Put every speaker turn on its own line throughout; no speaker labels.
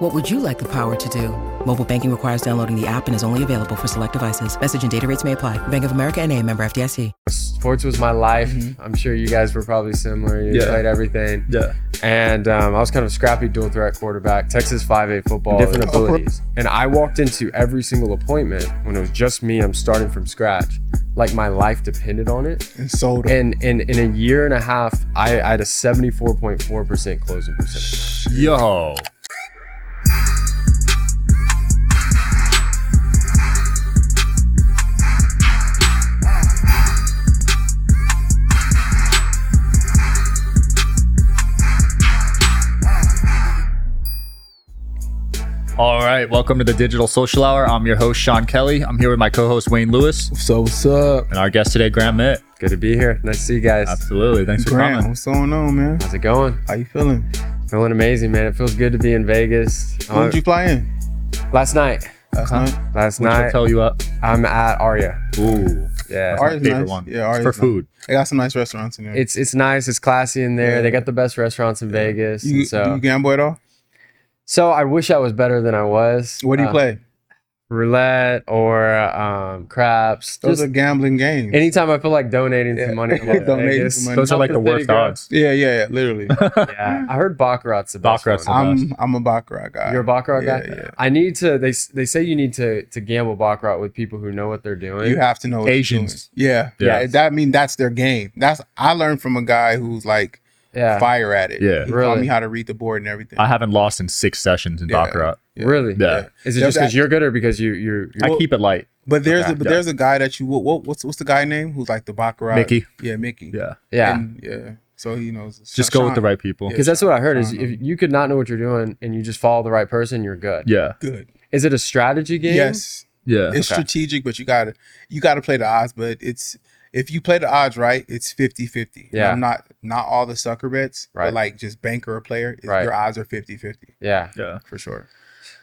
What would you like the power to do? Mobile banking requires downloading the app and is only available for select devices. Message and data rates may apply. Bank of America and a member FDIC.
sports was my life. I'm sure you guys were probably similar. You
Yeah.
played everything.
Yeah.
And um, I was kind of a scrappy dual threat quarterback, Texas 5A football, different abilities. And I walked into every single appointment when it was just me. I'm starting from scratch. Like my life depended on it.
and sold them.
And in, in a year and a half, I, I had a 74.4% closing percentage.
Yo. All right, welcome to the Digital Social Hour. I'm your host, Sean Kelly. I'm here with my co host, Wayne Lewis,
So what's up,
and our guest today, Graham Mitt.
Good to be here. Nice to see you guys.
Absolutely. Thanks for
Grant?
coming.
What's going on, man?
How's it going?
How you feeling?
Feeling amazing, man. It feels good to be in Vegas. Uh,
When did you fly in
last night.
last night?
Last
Which
night,
hotel you up?
I'm at Aria.
Ooh.
Yeah.
my
Ari's
favorite
nice.
one.
Yeah,
It's
Ari's
for
nice.
food.
They got some nice restaurants in there.
it's it's nice. It's classy in there. They got the best restaurants in Vegas.
you,
and so
do you gamble at all?
so I wish I was better than I was.
What do you
Uh,
play?
Roulette or um, craps.
Those
Just
are gambling games.
anytime I feel like donating
Yeah.
some money. I'm like,
Donating
Vegas.
some money.
Those are like the
Something pretty
worst
good.
odds.
yeah, yeah, yeah. Literally,
Yeah. I heard Baccarat's the best.
Baccarat's
one.
the
I'm I'm a baccarat guy.
You're a Baccarat
Yeah,
guy.
yeah.
I need to. They s- they say you need to to gamble Baccarat with people who know what they're doing.
You have to know what you're
Asians.
doing. Yeah,
Yeah.
yeah. That I mean that's their game. That's I learned from a guy who's like
yeah.
fire at it.
Yeah.
he taught
Really?
me how to read the board and everything.
I haven't lost in six sessions in
Yeah.
Baccarat.
Really?
Yeah.
Is it
Yeah,
just because
that-
you're good or because you you
I keep it light.
But there's
Okay.
a, but
Yeah.
there's a guy that you what, what what's what's the guy name who's like the baccarat
Mickey.
Yeah, Mickey.
Yeah.
yeah?
And, yeah. So he knows.
Just go with the right people.
Because that's what I heard is
Yeah.
if you could not know what you're doing and you just follow the right person, you're good.
Yeah.
Good.
Is it a strategy game?
Yes.
Yeah.
It's strategic, but you gotta you gotta play the odds. But it's if you play the odds right, it's 50-50.
Yeah.
Now, not not all the sucker bets,
Right.
but like just banker or player, it-
Right.
your odds are 50-50
Yeah.
yeah.
for sure.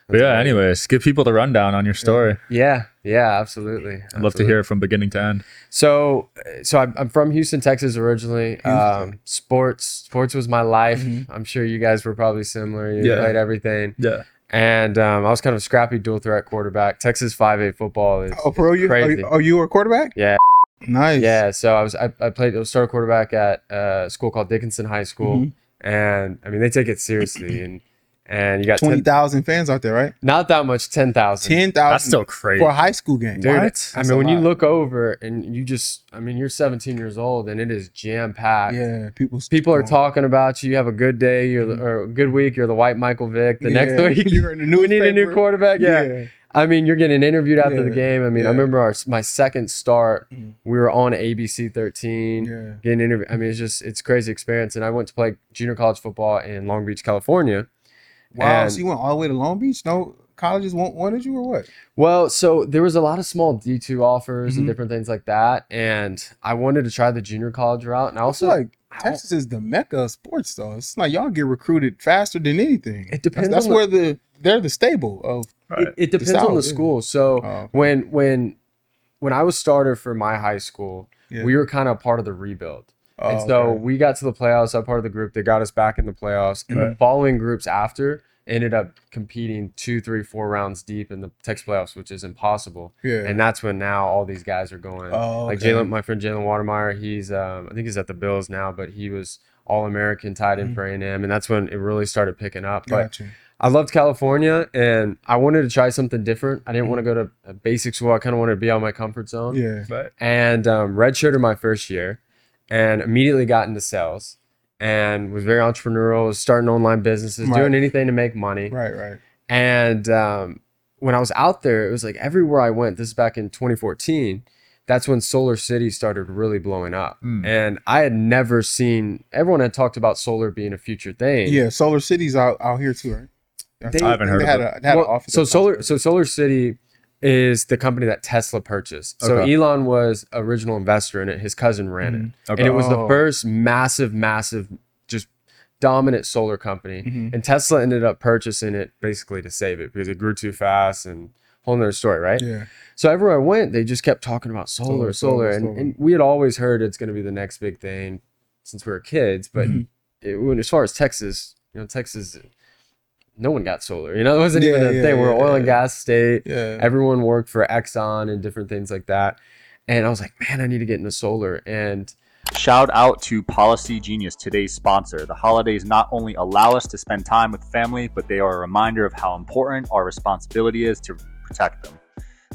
But yeah, anyways, give people the rundown on your story.
Yeah. Yeah. Absolutely.
I'd love to hear it from beginning to end.
So, so I'm, I'm from Houston, Texas originally. Um, sports, sports was my life.
Mm-hmm.
I'm sure you guys were probably similar. You
Yeah.
played everything,
Yeah.
and um, I was kind of a scrappy dual threat quarterback. Texas 5A football is
Oh, pro you? Are,
crazy.
you- oh, you were a quarterback?
Yeah.
Nice.
Yeah, so I was I, I played I was starter quarterback at uh, a school called Dickinson High School,
Mm-hmm.
and I mean they take it seriously, and and you got 10
Twenty thousand fans out there, right?
not that much, ten thousand.
Ten
That's
thousand
still crazy.
for a high school game.
Dude,
What?
I
That's a
mean, when you
lot.
look over and you just, I mean, you're 17 years old and it is jam packed.
Yeah, people
People are talking about you. You have a good day, you're the, or a good week. You're the white Michael Vick. The next
Yeah.
week,
You're in the
we need a new
newspaper.
quarterback. Yeah. I mean, you're getting interviewed after the
Yeah.
game. I mean, I
Yeah. Mm.
remember our my second start. We were on ABC 13.
Yeah.
Getting interviewed. I mean, it's just it's crazy experience. And I went to play junior college football in Long Beach, California.
Wow,
And-
so you went all the way to Long Beach? No colleges won't wanted you or what?
Well, so there was a lot of small D2 offers and
Mhm.
different things like that. And I wanted to try the junior college route. And I
Also,
also
like Texas is the mecca of sports, though. It's like y'all get recruited faster than anything.
It depends
That's, that's
on the-
where the they're the stable of.
it, it depends on
out,
the
yeah.
school. So
Oh, okay.
when when when I was starter for my high school,
Yeah.
we were kind of part of the rebuild. and
Oh,
so
okay.
we got to the playoffs. I'm part of the group that got us back in the playoffs. And the following groups after ended up competing two, three, four rounds deep in the Texas playoffs, which is impossible.
Yeah.
And that's when now all these guys are going.
Oh,
Like
okay.
Jalen, my friend Jalen Watermeyer, he's um, I think he's at the Bills now, but he was all American tied
Mm-hmm.
in for A and M, and that's when it really started picking up. But
Gotcha.
I loved California and I wanted to try something different. I didn't want to go to a basic school. I kind of wanted to be out of my comfort zone.
Mm-hmm. Yeah.
But
And um, redshirted my first year and immediately got into sales and was very entrepreneurial, was starting online businesses,
Right.
doing anything to make money.
Right. Right.
And um, when I was out there, it was like everywhere I went, this is back in 2014, that's when Solar City started really blowing up.
Hmm.
Mm.
And I had never seen, everyone had talked about solar being a future thing.
Yeah. Solar City's out out here too, right?
They-
I haven't heard
They
of
had
it.
a they had
Well,
an office.
so
up
solar
there.
so solar city is the company that Tesla purchased. So
Okay.
Elon was original investor in it. His cousin ran it.
Okay.
And it was the
Oh.
first massive, massive, just dominant solar company.
Mhm.
And Tesla ended up purchasing it basically to save it because it grew too fast and whole nother story, right?
Yeah.
So everywhere I went, they just kept talking about solar, solar,
Solar, solar,
and,
solar.
and we had always heard it's going to be the next big thing since we were kids. But
Mhm.
it, when, as far as Texas, you know, Texas, no one got solar. You know, it wasn't even
Yeah,
a
yeah,
thing. we're an
yeah,
oil and
yeah.
gas state.
Yeah.
Everyone worked for Exxon and different things like that. And I was like, man, I need to get into solar. And
Shout out to Policy Genius, today's sponsor. The holidays not only allow us to spend time with family, but they are a reminder of how important our responsibility is to protect them.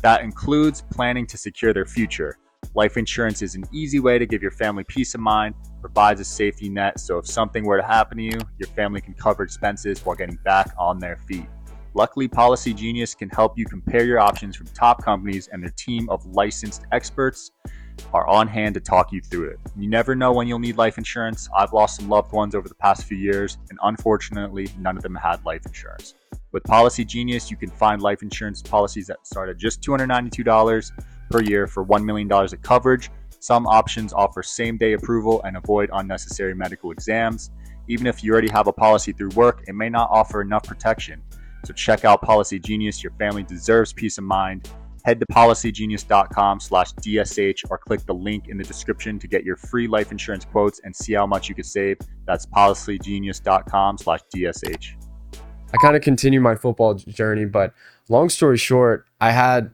That includes planning to secure their future. Life insurance is an easy way to give your family peace of mind, provides a safety net, so if something were to happen to you, your family can cover expenses while getting back on their feet. Luckily, Policy Genius can help you compare your options from top companies, and their team of licensed experts are on hand to talk you through it. You never know when you'll need life insurance. I've lost some loved ones over the past few years, and unfortunately, none of them had life insurance. With Policy Genius, you can find life insurance policies that start at just $292 per year for $1 million of coverage. Some options offer same day approval and avoid unnecessary medical exams. Even if you already have a policy through work, it may not offer enough protection. So check out Policy Genius. Your family deserves peace of mind head to policygenius.com slash dsh or click the link in the description to get your free life insurance quotes and see how much you could save that's policygenius.com slash dsh
I kind of continued my football j- journey, but long story short, I had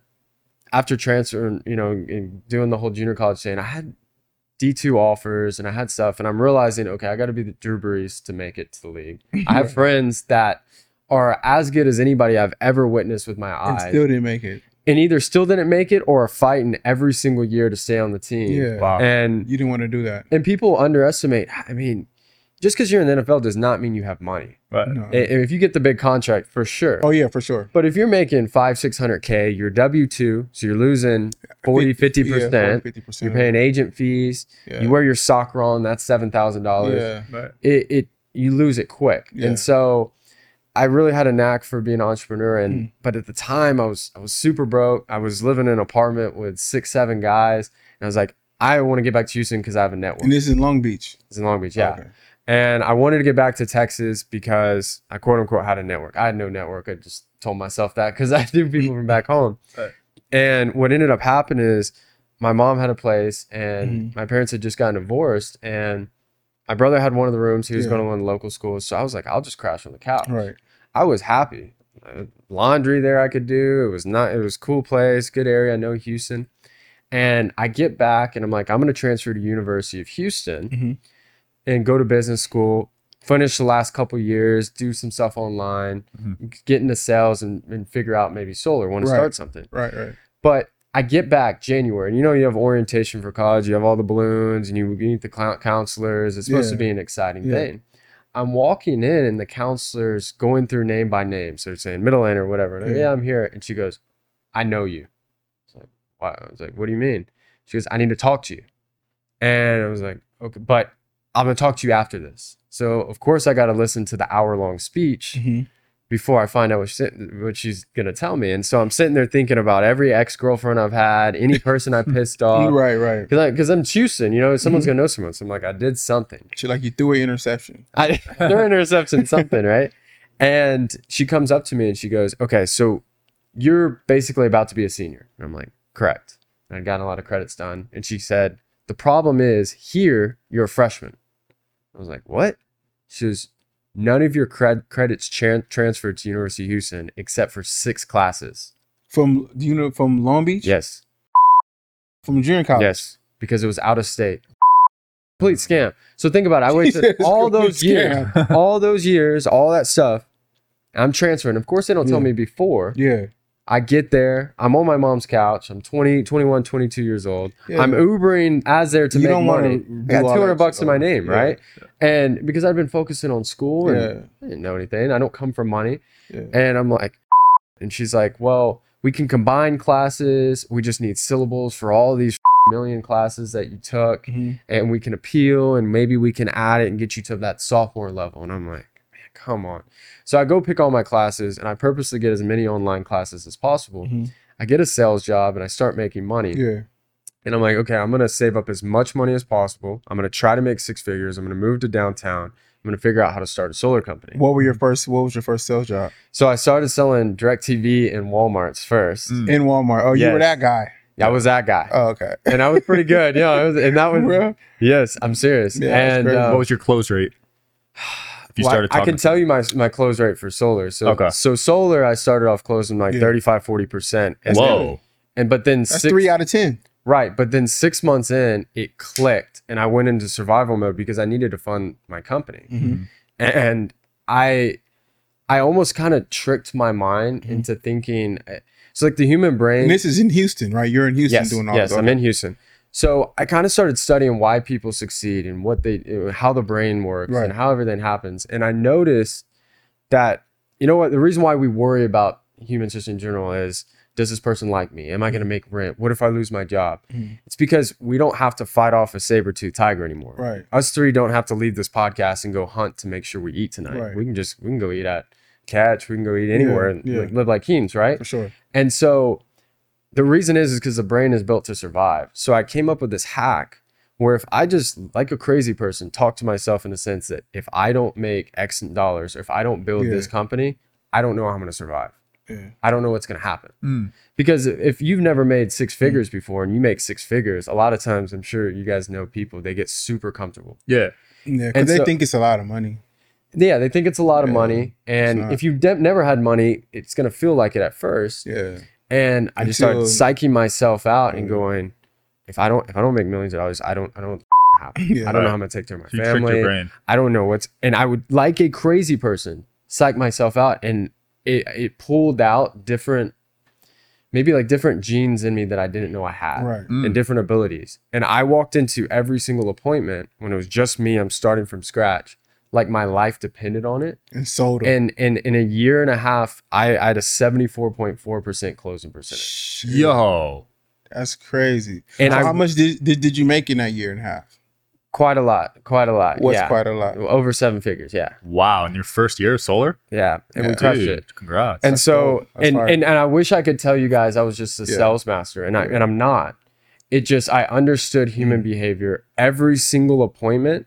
after transferring, you know, and doing the whole junior college thing, I had D two offers and I had stuff, and I'm realizing, okay, I got to be the Drew Brees to make it to the league. I have friends that are as good as anybody I've ever witnessed with my
And
eyes, and,
still didn't make it.
either still didn't make it or are fighting every single year to stay on the team.
Yeah.
Wow.
and
You didn't want to do that.
and people underestimate. I mean, just because you're in the NFL does not mean you have money.
right
No.
I- If you get the big contract, for sure.
oh yeah, for sure.
But if you're making five, six hundred K, you're W two, so you're losing 40, 50 percent.
Fifty percent.
You're paying agent fees.
Yeah.
You wear your sock wrong, that's seven thousand dollars.
Yeah.
It it you lose it quick.
Yeah.
And so I really had a knack for being an entrepreneur
Hmm.
and but at the time I was I was super broke. I was living in an apartment with six, seven guys, and I was like, I want to get back to Houston because I have a network.
And this is in Long Beach.
It's in Long Beach, yeah.
Okay.
And I wanted to get back to Texas because I quote unquote had a network. I had no network. I just told myself that because I knew people from back home.
Right.
And what ended up happening is my mom had a place and
Mm-hmm.
my parents had just gotten divorced. And my brother had one of the rooms. He was
Yeah.
going to one of the local schools. So I was like, I'll just crash on the couch.
Right.
I was happy. Uh, Laundry there I could do. It was not. It was a cool place, good area. I know Houston. And I get back and I'm like, I'm gonna transfer to University of Houston
Mhm.
and go to business school. Finish the last couple years, do some stuff online, get into sales, and, and figure out maybe solar. Want
Right.
to start something,
Right. Right.
but I get back January. And you know, you have orientation for college, you have all the balloons, and you meet the cl- counselors. It's supposed to
Yeah.
be an exciting
Yeah.
thing. I'm walking in, and the counselor's going through name by name. So they're saying middle name or whatever. And I'm,
Yeah.
yeah, I'm here. And she goes, I know you. It's like, wow. I was like, what do you mean? She goes, I need to talk to you. And I was like, okay, but I'm going to talk to you after this. So, of course, I got to listen to the hour long speech
Mhm.
before I find out what, she, what she's gonna tell me. And so I'm sitting there thinking about every ex girlfriend I've had, any person I pissed off,
right. Right.
because I'm choosing. You know, someone's gonna know someone. So I'm like, I did something.
She like you threw an interception.
I they're intercepting something, right? And she comes up to me and she goes, "Okay, so you're basically about to be a senior." And I'm like, "Correct." And I'd gotten a lot of credits done. And she said, "The problem is here you're a freshman." I was like, "What?" She says, "None of your cred- credits tran- transferred to University of Houston except for six classes."
From do you know from Long Beach?
Yes,
From junior college.
yes, because it was out of state. Complete scam. So think about it. I wasted
Jesus,
all
complete
those years
scam.
all those years, all that stuff. I'm transferring. Of course, they don't tell
Yeah.
me before.
Yeah.
I get there. I'm on my mom's couch. I'm 20, 21, 22 years old.
Yeah.
I'm Ubering as there to
You
make
don't wanna
money.
do
I got
all that
200 bucks in my
shit.
name,
Yeah.
right? And because I'd been focusing on school and
Yeah.
I didn't know anything. I don't come from money.
Yeah.
And I'm like, and she's like, well, we can combine classes. We just need syllables for all these million classes that you took
Mhm.
and we can appeal and maybe we can add it and get you to that sophomore level. And I'm like, man, come on. So I go pick all my classes and I purposely get as many online classes as possible.
Mhm.
I get a sales job and I start making money.
Yeah.
And I'm like, okay, I'm gonna save up as much money as possible. I'm gonna try to make six figures. I'm gonna move to downtown. I'm gonna figure out how to start a solar company.
What were your first? What was your first sales job
So I started selling DirecTV and Walmart's first.
Mm.
in Walmart? Oh, you were
Yes.
that guy.
I was that guy,
Oh, okay.
and I was pretty good. Yeah, I was, and that was
Real?
yes, I'm serious.
Yeah, that's
and
great.
uh,
What
What was your close rate? If you
Well, I-
started
I
talking,
can tell you my my close rate for solar. So
Okay.
so solar I started off closing like
Yeah.
35 40%. And Then,
Whoa,
and but then
That's
six
three out of ten.
right, but then 6 months in it clicked and I went into survival mode because I needed to fund my company.
Mm-hmm.
Mm-hmm.
And I I almost kind of tricked my mind
Mm-hmm.
into thinking eh, so like the human brain
And this is in Houston, right? You're in Houston
yes,
doing all
yes,
this.
I'm in Houston. So I kind of started studying why people succeed and what they, uh, how the brain works
Right.
and how everything happens. And I noticed that you know what the reason why we worry about humans just in general is does this person like me? Am I
Mm-hmm.
going to make rent? What if I lose my job?
Mhm.
It's because we don't have to fight off a saber tooth tiger anymore.
Right.
Us three don't have to leave this podcast and go hunt to make sure we eat tonight.
Right.
We can just we can go eat at catch. We can go eat anywhere and
yeah.
like, live like Keens, right?
for sure.
And so the reason is is because the brain is built to survive. So I came up with this hack where if I just like a crazy person talk to myself in the sense that if I don't make X dollars or if I don't build
Yeah.
this company, I don't know how I'm gonna survive.
Yeah.
I don't know what's gonna happen.
Mm.
Because if you've never made six figures before and you make six figures, a lot of times I'm sure you guys know people, they get super comfortable.
yeah,
Yeah, because
And
they
so-
think it's a lot of money.
Yeah, they think it's a lot of
Yeah,
money. And
not.
if you've de- never had money, it's gonna feel like it at first.
Yeah.
and I just started
Until-
psyching myself out and
Mm.
going, if I don't if I don't make millions of dollars, I don't I don't happen.
Yeah.
I don't know
Right.
how I'm gonna take care of my
So you tricked your
family.
brain.
I don't know what's and I would like a crazy person psych myself out and it it pulled out different maybe like different genes in me that I didn't know I had
Right.
Mm.
and different abilities. And I walked into every single appointment when it was just me, I'm starting from scratch. Like my life depended on it.
And sold them.
And and in a year and a half, I, I had a 74.4% closing percentage.
Shit,
Yo,
that's crazy.
And
so
I-
how much did, did did you make in that year and a half?
Quite a lot. Quite a lot.
What's
yeah.
quite a lot.
over seven figures. Yeah,
wow! In your first year of solar,
yeah, and we
Yeah.
crushed
Dude,
it.
Congrats.
And
That's
so,
dope. That's
and,
hard.
and and I wish I could tell you guys I was just a
Yeah.
sales master, and I and I'm not. It just I understood human behavior every single appointment,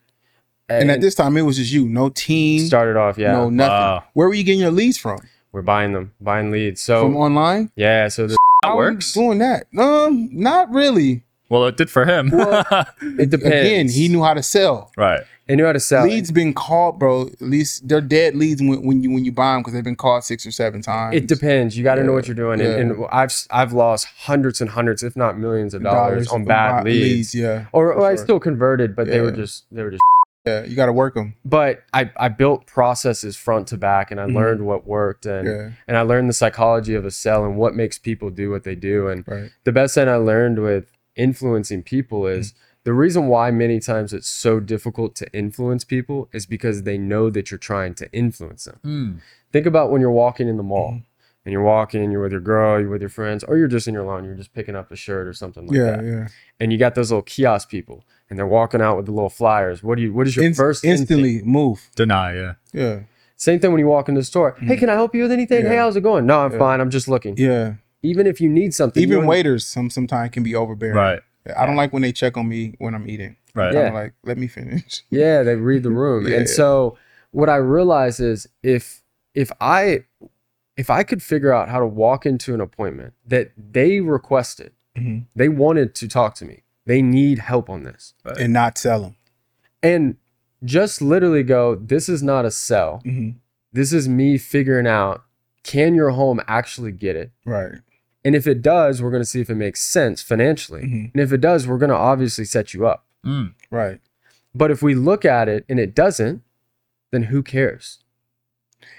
eh,
And, at this time, it was just you, no team,
started off. Yeah,
no nothing.
Wow.
Where were you getting your leads from?
we're buying them, buying leads. So
From online?
yeah, so the,
that
How were you
works.
Doing that? Um, not really.
Well, it did for him.
it depends.
Again, he knew how to sell.
right.
They knew how to sell.
leads been called, bro. At least they're dead leads when, when you when you buy them because they've been called six or seven times.
It depends. You got to know what you're doing, and,
Yeah.
and I've I've lost hundreds and hundreds, if not millions of dollars, on
from
bad
bad
leads.
Yeah,
Or, or I
sure.
still converted, but they were
Yeah.
just they were just
yeah. You got to work them.
but I, I built processes front to back and I
Mhm.
learned what worked and
Yeah,
and I learned the psychology of a cell and what makes people do what they do. And
right.
the best thing I learned with influencing people
Mm-hmm.
is the reason why many times it's so difficult to influence people is because they know that you're trying to influence them. Think about when you're walking in the mall
Mm-hmm.
and you're walking, you're with your girl, you're with your friends, or you're just in your lawn, you're just picking up a shirt or something like
yeah,
that.
yeah.
And you got those little kiosk people and they're walking out with the little flyers. What do you what is your
Inst-
first instinct?
instantly move.
Deny. Yeah.
Yeah,
Same thing when you walk into the store. Hey, can I help you with anything? Hey,
Mm. Yeah.
how's it going? No, I'm fine. I'm just looking.
yeah.
Even if you need something,
Even
you-
waiters some sometimes can be overbearing.
Right.
I don't like when they check on me when I'm eating.
Right.
Yeah.
I'm like, let me finish.
Yeah, they read the room.
Yeah,
and
yeah.
so what I realize is if if I if I could figure out how to walk into an appointment that they requested,
Mhm.
they wanted to talk to me. They need help on this.
and not sell them.
And just literally go, this is not a sell.
Mm-hmm.
This is me figuring out can your home actually get it?
Right.
And if it does, we're going to see if it makes sense financially.
Mhm.
And if it does, we're going to obviously set you up.
Mm.
Right.
But if we look at it and it doesn't, then who cares?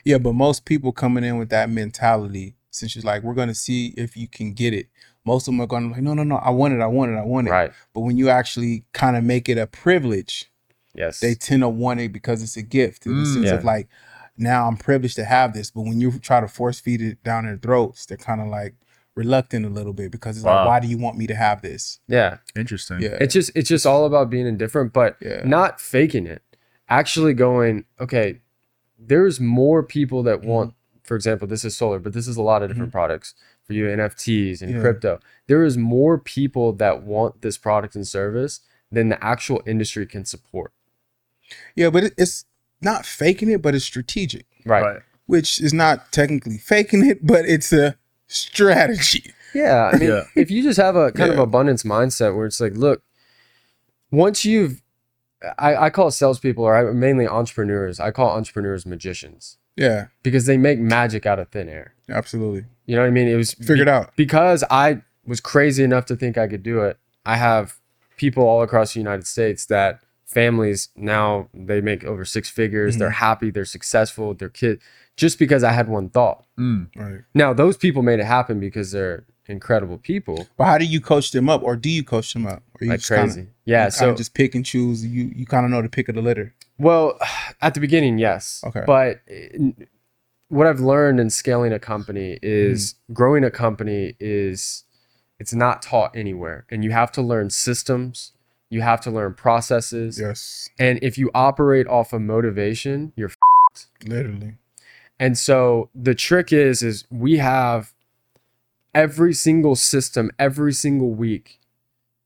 Yeah, but most people coming in with that mentality, since you're like, we're gonna see if you can get it. Most of them are gonna be like, no, no, no, I want it, I want it, I want it.
Right.
But when you actually kind of make it a privilege,
Yes.
they tend to want it because it's a gift in the
Mm.
sense
Yeah.
of like, now I'm privileged to have this. But when you try to force feed it down their throats, they're kind of like reluctant a little bit because it's
Wow.
like, why do you want me to have this?
yeah.
Interesting.
Yeah.
It's just it's just all about being indifferent, but
Yeah.
not faking it. Actually going, okay,
Mm-hmm.
there's more people that want, for example, this is solar, but this is a lot of different products. for you NFTs and
Yeah.
crypto. There is more people that want this product and service than the actual industry can support.
Yeah, but it, it's not faking it, but it's strategic,
Right.
which is not technically faking it, but it's a strategy.
Yeah. I mean,
Yeah.
if you just have a kind of
Yeah.
abundance mindset where it's like, look, once you've, I, I call salespeople or I, mainly entrepreneurs, I call entrepreneurs magicians
Yeah,
because they make magic out of thin air.
absolutely.
You know what I mean? It was
Figured out.
because I was crazy enough to think I could do it. I have people all across the United States that families now they make over six figures.
Mm-hmm.
They're happy. They're successful. with Their kid just because I had one thought.
Mm.
Right.
Now those people made it happen because they're incredible people.
But how do you coach them up, or do you coach them up? Or you
Like
just kinda-
crazy. yeah.
you
So
kinda just pick and choose. You you kind of know the pick of the litter.
Well, at the beginning, yes.
Okay.
But n- what I've learned in scaling a company is
Mm-hmm.
growing a company is it's not taught anywhere, and you have to learn systems. You have to learn processes,
Yes,
and if you operate off of motivation, you're. F-
literally.
and so the trick is, is we have every single system every single week.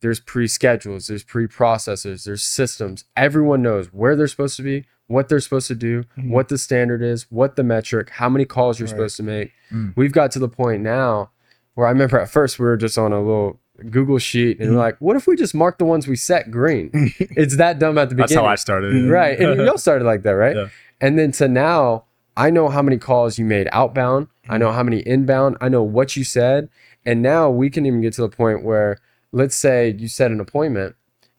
There's pre-schedules, there's pre-processors, there's systems. Everyone knows where they're supposed to be, what they're supposed to do,
Mm-hmm.
Mhm.
what the standard is, what the metric, how many calls you're
Right.
supposed to make.
Mm.
We've got to the point now where I remember at first we were just on a little Google sheet and we're
Mm-hmm.
Mhm.
like, what if we just mark the ones we set green? it's that dumb at the beginning
That's how I started. it.
right and y'all started like that right
Mm-hmm. Yeah.
and then to now i know how many calls you made outbound i know how many inbound i know what you said and now we can even get to the point where let's say you set an appointment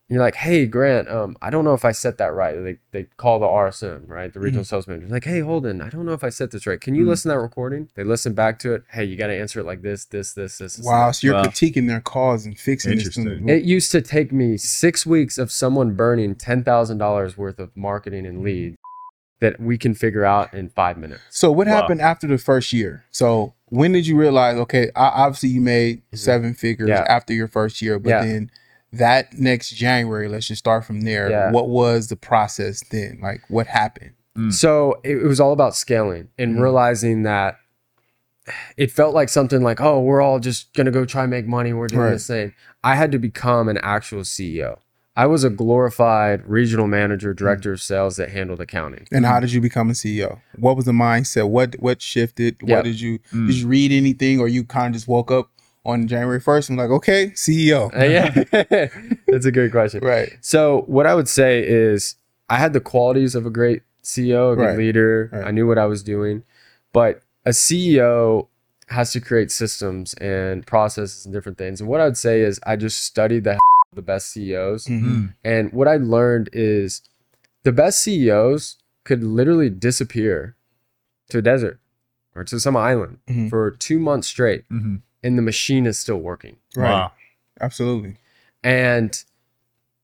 and you're like hey grant um, i don't know if i set that right they, they call the rsm right the regional sales manager like hey holden i don't know if i set this right can you
Mm.
listen to that recording they listen back to it hey you got to answer it like this this this this, this and
Wow, so you're
Wow.
critiquing their cause and fixing this thing.
Interesting.
it used to take me six weeks of someone burning ten thousand dollars worth of marketing and leads that we can figure out in five minutes.
So what
Wow.
happened after the first year? So when did you realize? Okay, I, obviously you made seven figures
Yeah.
after your first year, but
Yeah.
then that next January, let's just start from there.
Yeah.
What was the process then? Like what happened?
Mm.
So it, it was all about scaling and
Mhm.
realizing that it felt like something like, oh, we're all just gonna go try and make money. We're doing
Right.
this thing. I had to become an actual CEO. I was a glorified regional manager, director of sales that handled accounting.
Hmm. And how did you become a CEO? What was the mindset? What what shifted?
Yeah.
What did you
Mm.
did you read anything, or you kind of just woke up on January first and like, okay, CEO,
Uh, yeah, that's a good question.
right?
So what I would say is I had the qualities of a great CEO, a good
Right.
leader.
Right.
I knew what I was doing, but a CEO has to create systems and processes and different things. And what I would say is I just studied the the best CEOs,
Mhm.
Mm.
and what I learned is the best CEOs could literally disappear to a desert or to some island
Mhm.
for two months straight,
Mhm.
and the machine is still working
Right,
Wow.
absolutely.
and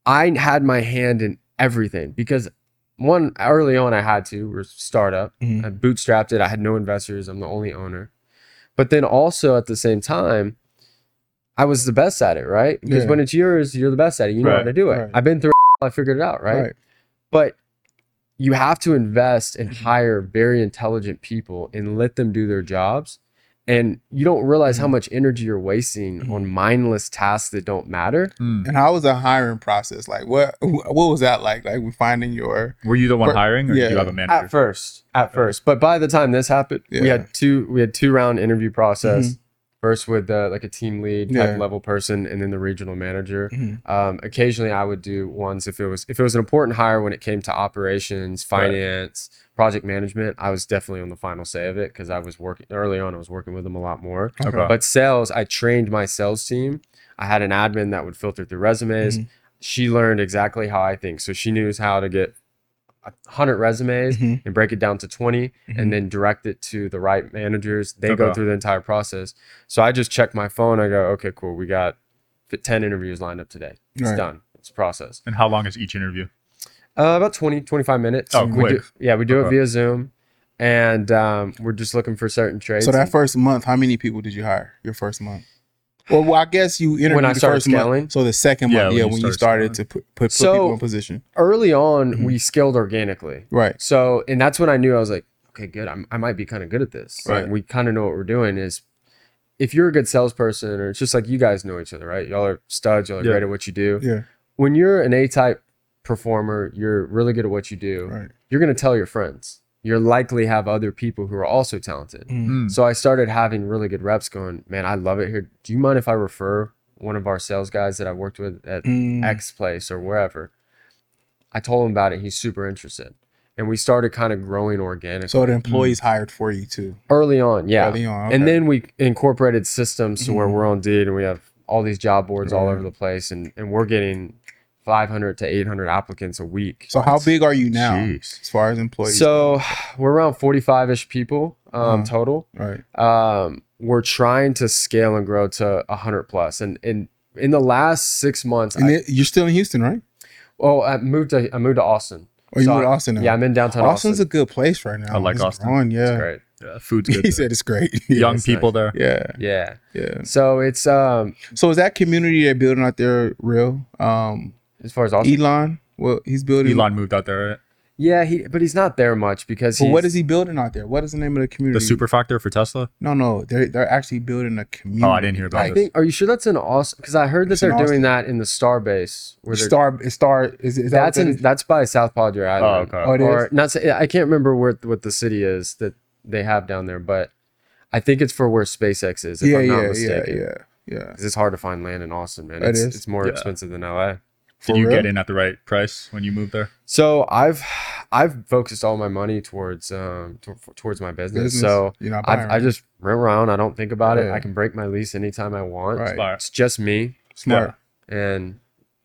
I had my hand in everything because one early on I had to we're a startup
Mhm.
I bootstrapped it I had no investors I'm the only owner but then also at the same time I was the best at it right because
Yeah.
when it's yours you're the best at it you know how
Right,
to do it
right.
I've been through it, I figured it out right,
Right.
but you have to invest and hire very intelligent people and let them do their jobs and you don't realize how much energy you're wasting on mindless tasks that don't matter
Mm.
And how was the hiring process? Like what what was that like? Like we finding your
Were you the one
For-
hiring, or
yeah.
did you have a manager?
At first, at first, but by the time this happened, we
Yeah. Mm-hmm.
had two we had two round interview process. First with uh, like a team lead type
Yeah.
level person, and then the regional manager.
Mhm.
Um, occasionally, I would do ones if it was if it was an important hire when it came to operations,
Right.
finance, project management. I was definitely on the final say of it because I was working early on. I was working with them a lot more.
Okay.
But sales, I trained my sales team. I had an admin that would filter through resumes.
Mm-hmm.
Mhm.
She learned exactly how I think. So she knew how to get a 100 resumes
Mhm.
Mm-hmm.
and break it down to 20
Mhm.
and then direct it to the right managers. They go
Okay.
through the entire process. So I just check my phone. I go, okay, cool. We got fi- 10 interviews lined up today. It's
Right.
done. It's a process.
and how long is each interview?
Uh, about 20, 25 minutes.
Oh,
we
quick.
Do, yeah, we do it
Okay.
via Zoom. And um, we're just looking for certain trades.
So that first month, how many people did you hire? Your first month. Well, well I guess you interviewed
I
the
started
first
scaling?
month. So the second
Yeah,
month,
when
yeah,
you
when you
started
started to put, put, put
So-
people in position.
Early on,
Mm-hmm.
we scaled organically.
Right.
So, and that's when I knew I was like, okay, good. I'm, I might be kind of good at this. Like,
Right.
we kind of know what we're doing. Is if you're a good salesperson, or it's just like you guys know each other, right? Y'all are studs. Y'all are
Yeah.
great at what you do.
Yeah.
When you're an A-type performer, you're really good at what you do.
Right.
You're gonna tell your friends. You're likely have other people who are also talented.
Mm.
So I started having really good reps going, man, I love it here. Do you mind if I refer one of our sales guys that I worked with at
Mm.
X place or wherever? I told him about it. He's super interested. And we started kind of growing organically Hmm.
So the employees
Mm-hmm.
hired for you too.
early on. Yeah.
Early on, okay.
And then we incorporated systems to where
Mhm.
we're on Deed and we have all these job boards all
Right.
over the place and, and we're getting 500 to 800 applicants a week.
So how big are you now
Jeez.
as far as employees?
So we're around 45 ish people um,
Mhm.
total
right.
um, we're trying to scale and grow to 100 plus and and in the last six months
And
I,
it, you're still in Houston, right?
well i moved to i moved to austin
Oh, you
So
moved to
I-
Austin now.
yeah i'm in downtown
Austin's
austin
a good place right now.
I like
It's
Austin.
growing, yeah.
it's great
Yeah, food's good.
He said it's great. Yeah,
Young
it's-
people there.
Yeah.
yeah
Yeah.
so it's um
So is that community they're building out there real? Um,
as far as austin
Elon, well, he's building.
Elon moved out there. Right?
yeah he but he's not there much because
But
he's,
what is he building out there? What is the name of the community?
The super factor for Tesla.
No, no, they're they're actually building a community.
Oh, I didn't hear about
i
this.
think are you sure that's in austin because i heard that
It's in
they're doing
Austin.
that in the starbase where they're
Star, Star is, is that
that's in that's by South Padre Island.
okay. Oh,
it
or
is?
not? Sa- I can't remember where what the city is that they have down there, but I think it's for where SpaceX is. If
yeah,
I'm not
yeah, yeah,
mistaken.
yeah, yeah.
'Cause it's hard to find land in Austin, man.
It
It's,
is.
it's more
Yeah.
expensive than LA.
For
Did you
real?
get in at the right price when you moved there?
So I've I've focused all my money towards um t- towards my business.
Business,
So
you're not buying.
I, I just rent around. I don't think about it.
Yeah.
I can break my lease anytime I want.
Right.
Smart.
It's just me
smart.
and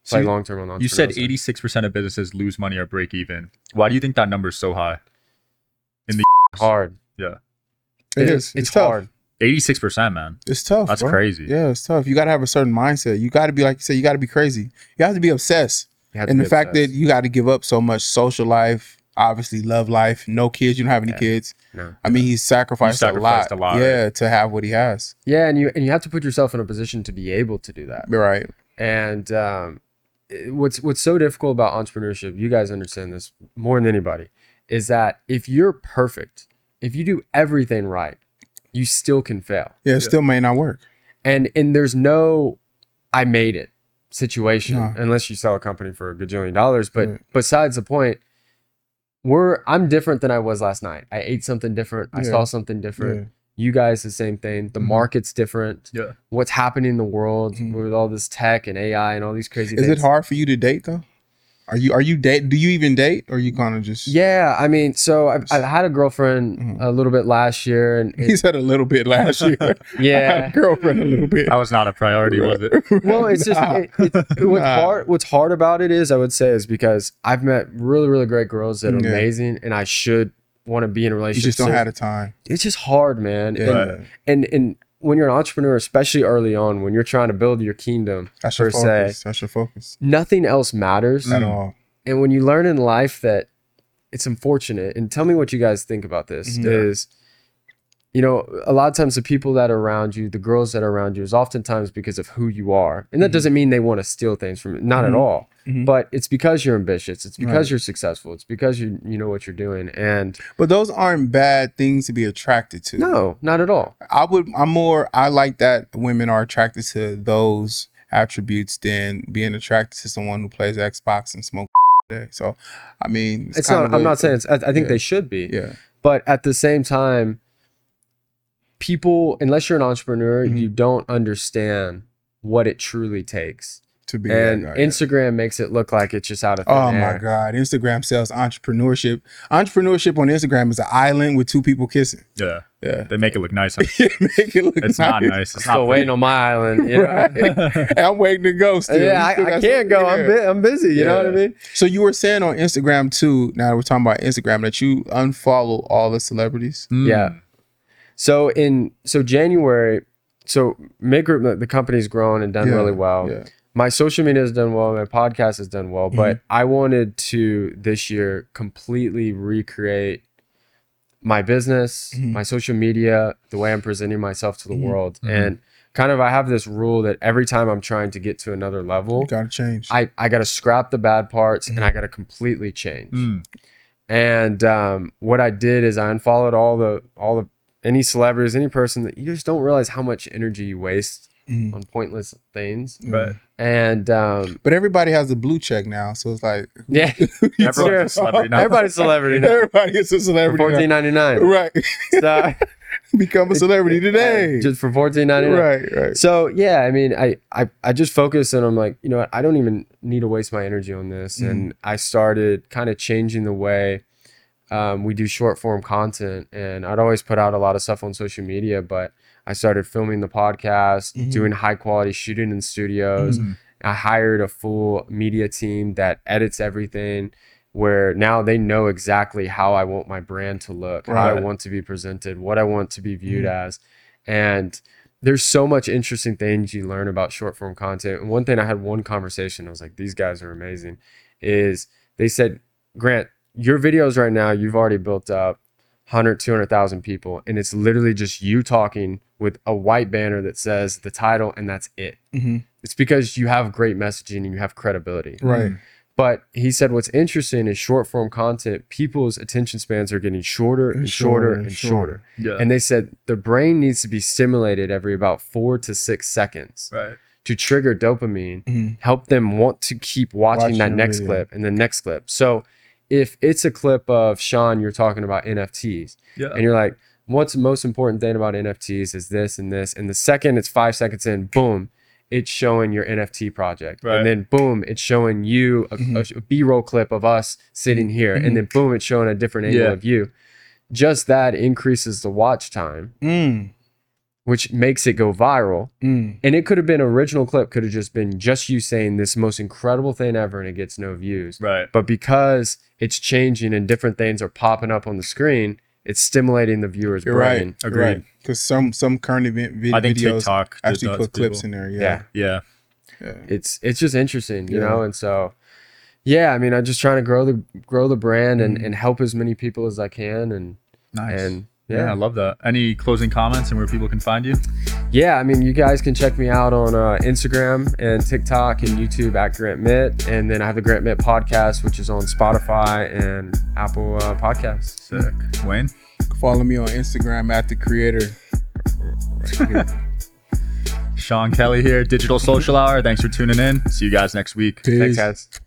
So
play
you-
long term on.
You said
entrepreneurs.
86% of businesses lose money or break even. Why do you think that number is so high?
hard.
Yeah.
it
It-
is.
It's,
tough.
hard.
86%, man.
It's tough.
That's
bro.
crazy.
Yeah, it's tough. You got to have a certain mindset. You got to be like you said. You got to be crazy. You have to be obsessed.
You have to
and
be
the fact that
obsessed.
you got to give up so much social life, obviously love life, no kids. You don't have any kids.
No.
I mean, he's sacrificed,
sacrificed
a
a
lot.
lot,
yeah, to have what he has.
Yeah, and you and you have to put yourself in a position to be able to do that.
Right.
And um, it- what's what's so difficult about entrepreneurship, you guys understand this more than anybody, is that if you're perfect, if you do everything right, you still can fail.
Yeah, it still may not work.
And and there's no I made it situation
No.
unless you sell a company for a gajillion dollars. But
Right.
besides the point, we're I'm different than I was last night. I ate something different. I
Yeah.
saw something different. You guys the same thing. The
Mhm.
market's different
Yeah.
what's happening in the world
Mhm.
with all this tech and AI and all these crazy
Is
things.
it hard for you to date though? Are you are you date? Do you even date? Or you kind of just?
Yeah, I mean, so I've, I've had a girlfriend
Mhm.
a little bit last year, and
He
it,
said a little bit last year. I had
yeah.
a girlfriend a little bit.
That was not a priority, was it?
Well, it's just
Nah.
it, it, it- what's
Nah.
hard. What's hard about it is, I would say, is because I've met really, really great girls that are
Yeah.
amazing, and I should want to be in a
you
relationship.
just don't
soon.
have the time.
It's just hard, man.
Yeah,
And, and and when you're an entrepreneur, especially early on, when you're trying to build your kingdom,
that's your
per se. Mm.
focus. That's your focus
nothing else matters.
at all.
and when you learn in life that it's unfortunate and tell me what you guys think about this
Mhm.
is you know a lot of times the people that are around you the girls that are around you is oftentimes because of who you are and that
Mhm.
doesn't mean they want to steal things from you not
Mhm.
at all
Mhm.
but it's because you're ambitious it's because
Right.
you're successful it's because you you know what you're doing and
But those aren't bad things to be attracted to.
no not at all
I would. I'm more. I like that women are attracted to those attributes than being attracted to someone who plays Xbox and smoke. Day. So, I mean,
it's,
kinda
not i'm
what-
not saying it's i, I think
yeah.
they should be
Yeah,
but at the same time people unless you're an entrepreneur
Mhm.
you don't understand what it truly takes
to be
and
that guy, yeah.
Instagram makes it look like it's just out of thin
Oh
air.
my God! Instagram sells entrepreneurship. Entrepreneurship on Instagram is an island with two people kissing.
Yeah.
Yeah,
They make it look nice.
make it look
It's not nice. It's
Still
not
waiting on my island. You know?
pretty.
I'm waiting to go. Still.
Yeah,
You still
I, I
got
can't
some-
go.
yeah.
I'm, bu- I'm busy. You know what I
Yeah.
mean?
So you were saying on Instagram too. Now that we're talking about Instagram that you unfollow all the celebrities.
Mm.
Yeah. So in so January, so Mid Group the- the company's grown and done
Yeah,
really well.
yeah.
My social media has done well. My podcast has done well. But I wanted to this year completely recreate my business,
Mhm.
my social media, the way I'm presenting myself to the
Mhm.
world,
Mhm.
and kind of I have this rule that every time I'm trying to get to another level,
You gotta change.
I, I got to scrap the bad parts
Mhm.
and I got to completely change.
Mm.
And um, what I did is I unfollowed all the all the any celebrities, any person that you just don't realize how much energy you waste
Mhm.
on pointless things.
Right.
And um,
Mm. But everybody has a blue check now, so it's like
yeah,
Everyone's a celebrity now.
Everybody's a celebrity now.
Everybody is a celebrity. now.
Fourteen ninety nine.
Right.
So
Become a celebrity today.
just for fourteen ninety nine.
right, right.
So yeah, I mean, I, I I just focus and I'm like, you know what, I don't even need to waste my energy on this. And I started kind of changing the way um, we do short form content. And I'd always put out a lot of stuff on social media, but I started filming the podcast,
Mhm.
doing high quality shooting in studios.
Mhm.
I hired a full media team that edits everything. Where now they know exactly how I want my brand to look, how I
Right.
want to be presented, what I want to be viewed as. And there's so much interesting things you learn about short form content. And one thing I had one conversation, I was like, these guys are amazing, is they said, Grant, your videos right now, you've already built up 100, 200,000 people. And it's literally just you talking with a white banner that says the title, and that's it.
Mhm.
It's because you have great messaging and you have credibility.
Right.
But he said, what's interesting is short form content, people's attention spans are getting shorter and, shorter, and shorter.
Yeah.
And they said the brain needs to be stimulated every about four to six seconds
right.
to trigger dopamine,
Mhm.
help them want to keep watching,
Watching
that
the
next
video.
clip and the next clip. So if it's a clip of Sean, you're talking about NFTs,
Yeah.
and you're like, what's the most important thing about NFTs is this and this. And the second it's five seconds in, boom, it's showing your NFT project.
Right.
And then boom, it's showing you a, a B-roll clip of us sitting here. And then boom, it's showing a different angle
Yeah.
of you. Just that increases the watch time,
Mm.
which makes it go viral.
Mm.
And it could have been original clip, could have just been just you saying this most incredible thing ever and it gets no views.
Right.
But because it's changing and different things are popping up on the screen, it's stimulating the viewer's
You're right.
brain.
You're
Agreed.
right. Because some some current event vid-
I think
videos
TikTok did
actually
that
put
to
clips
people.
in there. Yeah.
Yeah.
Yeah.
It's it's just interesting, you
Yeah.
know? And so yeah, I mean, I'm just trying to grow the grow the brand and,
Mhm.
and help as many people as I can and
Nice.
and
yeah. I
yeah.
love that. Any closing comments and where people can find you?
yeah, I mean, you guys can check me out on uh, Instagram and TikTok and YouTube at Grant Mitt, and then I have the Grant Mitt podcast, which is on Spotify and Apple uh, Podcasts.
Sick. Wayne.
Follow me on Instagram at the creator.
Sean Kelly here, Digital Social Hour. Thanks for tuning in. See you guys next week.
Thanks,
Peace.
guys.